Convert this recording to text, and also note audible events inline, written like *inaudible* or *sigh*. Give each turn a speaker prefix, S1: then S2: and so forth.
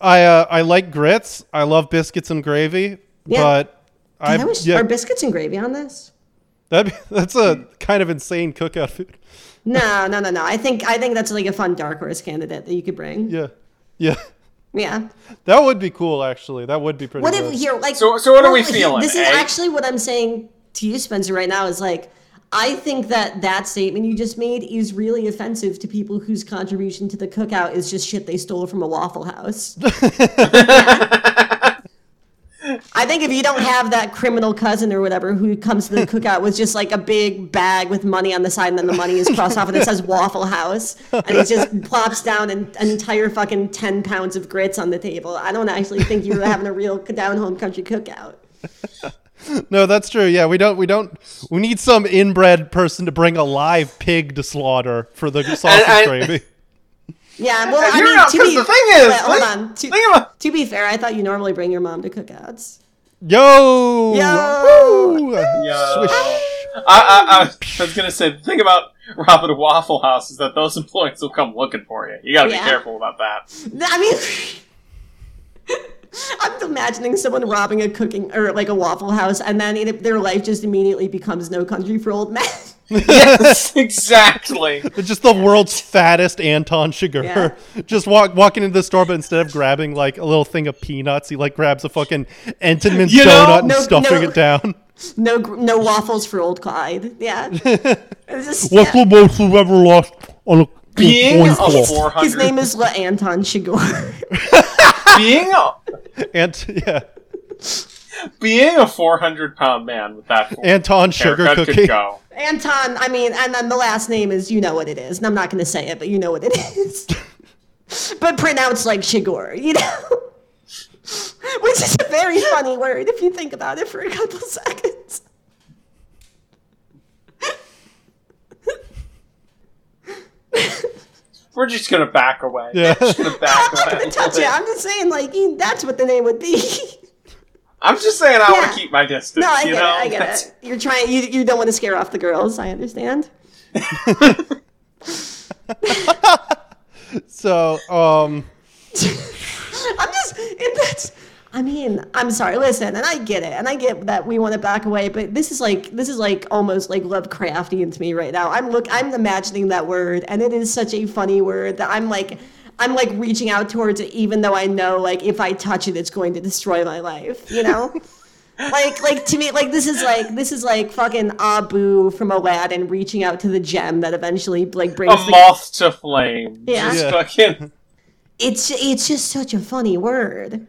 S1: I uh, I like grits. I love biscuits and gravy.
S2: Yeah.
S1: But I
S2: I wish
S1: yeah,
S2: are biscuits and gravy on this?
S1: that'd be, *laughs* that's a
S2: Mm.
S1: kind of insane cookout food. *laughs*
S2: No, no, no, no. I think I think that's like a fun dark horse candidate that you could bring. Yeah.
S1: Yeah, yeah, that would be cool. Actually, that would be pretty.
S2: What
S1: good.
S2: if here like
S3: So- so what are we
S2: here-
S3: feeling,
S2: This is
S3: eh?
S2: actually what I'm saying to you, Spencer, right now is like I think that that statement you just made is really offensive to people whose contribution to the cookout is just shit they stole from a Waffle House. I think if you don't have that criminal cousin or whatever who comes to
S3: *laughs*
S2: the cookout with just like a big bag with money on the side and then the money is crossed off and it says Waffle House and it just plops down an, an entire fucking 10 pounds of grits on the table, I don't actually think you're having a real down home country cookout.
S1: No, that's true. Yeah, we don't. We don't. We need some inbred person to bring a live pig to slaughter for the sausage
S3: *laughs* and-
S1: gravy.
S3: *laughs*
S2: Yeah, well, I
S3: You're
S2: mean,
S3: not-
S2: to
S3: 'cause
S2: be,
S3: the thing is,
S2: wait, hold
S3: think-
S2: on. To,
S3: think about-
S2: to be fair, I thought you normally bring your mom to cookouts.
S1: Yo,
S2: Yo!
S1: Woo!
S3: Yo.
S1: Swish.
S3: I, I, I was gonna say the thing about robbing a Waffle House is that those employees will come looking for you. You gotta
S2: Yeah.
S3: be careful about that.
S1: *laughs*
S3: *laughs*
S2: I mean, *laughs* I'm imagining someone robbing a cooking or like a Waffle House, and then it, their life just immediately becomes no country for old men. *laughs*
S3: yes, exactly.
S1: It's just the world's fattest Anton Chigurh. *laughs*
S2: Yeah.
S1: Just walk walking into the store, but instead of grabbing like a little thing of peanuts, he like grabs a fucking Entenmann's
S3: You know-
S1: donut and
S2: No,
S1: stuffing
S2: no.
S1: it
S3: *laughs*
S1: down.
S2: No, gr- no waffles for old Clyde. Yeah. It's just-
S1: What's
S2: yeah.
S1: the most you've ever lost on a
S3: Being
S1: coin
S3: a
S1: flip?
S3: four
S2: His
S3: hundred,
S2: name is Le Anton Chigurh. *laughs*
S3: being a
S1: Ant- *laughs* yeah,
S3: being a four hundred pound man with that
S1: Anton Sugar
S3: haircut
S1: Cookie.
S3: could go.
S2: Anton, I mean, and then the last name is you know what it is, and I'm not going to say it, but you know what it is. *laughs* but pronounced like Shigor, you know, *laughs* which is a very funny word if you think about it for a couple *laughs* seconds.
S3: We're just gonna back away.
S1: Yeah.
S3: We're just *laughs* gonna back
S2: I'm not
S3: away.
S2: going to touch it. I'm just saying, like, you- that's what the name would be. *laughs*
S3: I'm just saying I want
S2: Yeah.
S3: to keep my distance.
S2: no, I get
S3: you
S2: it.
S3: know?
S2: I get
S3: That's-
S2: it. You're trying. You you don't want to scare off the girls. I understand.
S1: So, um,
S2: I'm just it, that's I mean, I'm sorry, listen, and I get it, and I get that we want to back away, but this is like this is like almost like Lovecraftian to me right now. I'm look I'm imagining that word and it is such a funny word that I'm like I'm like reaching out towards it even though I know like if I touch it it's going to destroy my life, you know? like like to me like this is like this is like fucking Abu from Aladdin reaching out to the gem that eventually like brings
S3: A
S2: the
S3: moth to flame.
S2: Yeah.
S3: Just
S1: Yeah.
S3: fucking.
S2: it's it's just such a funny word.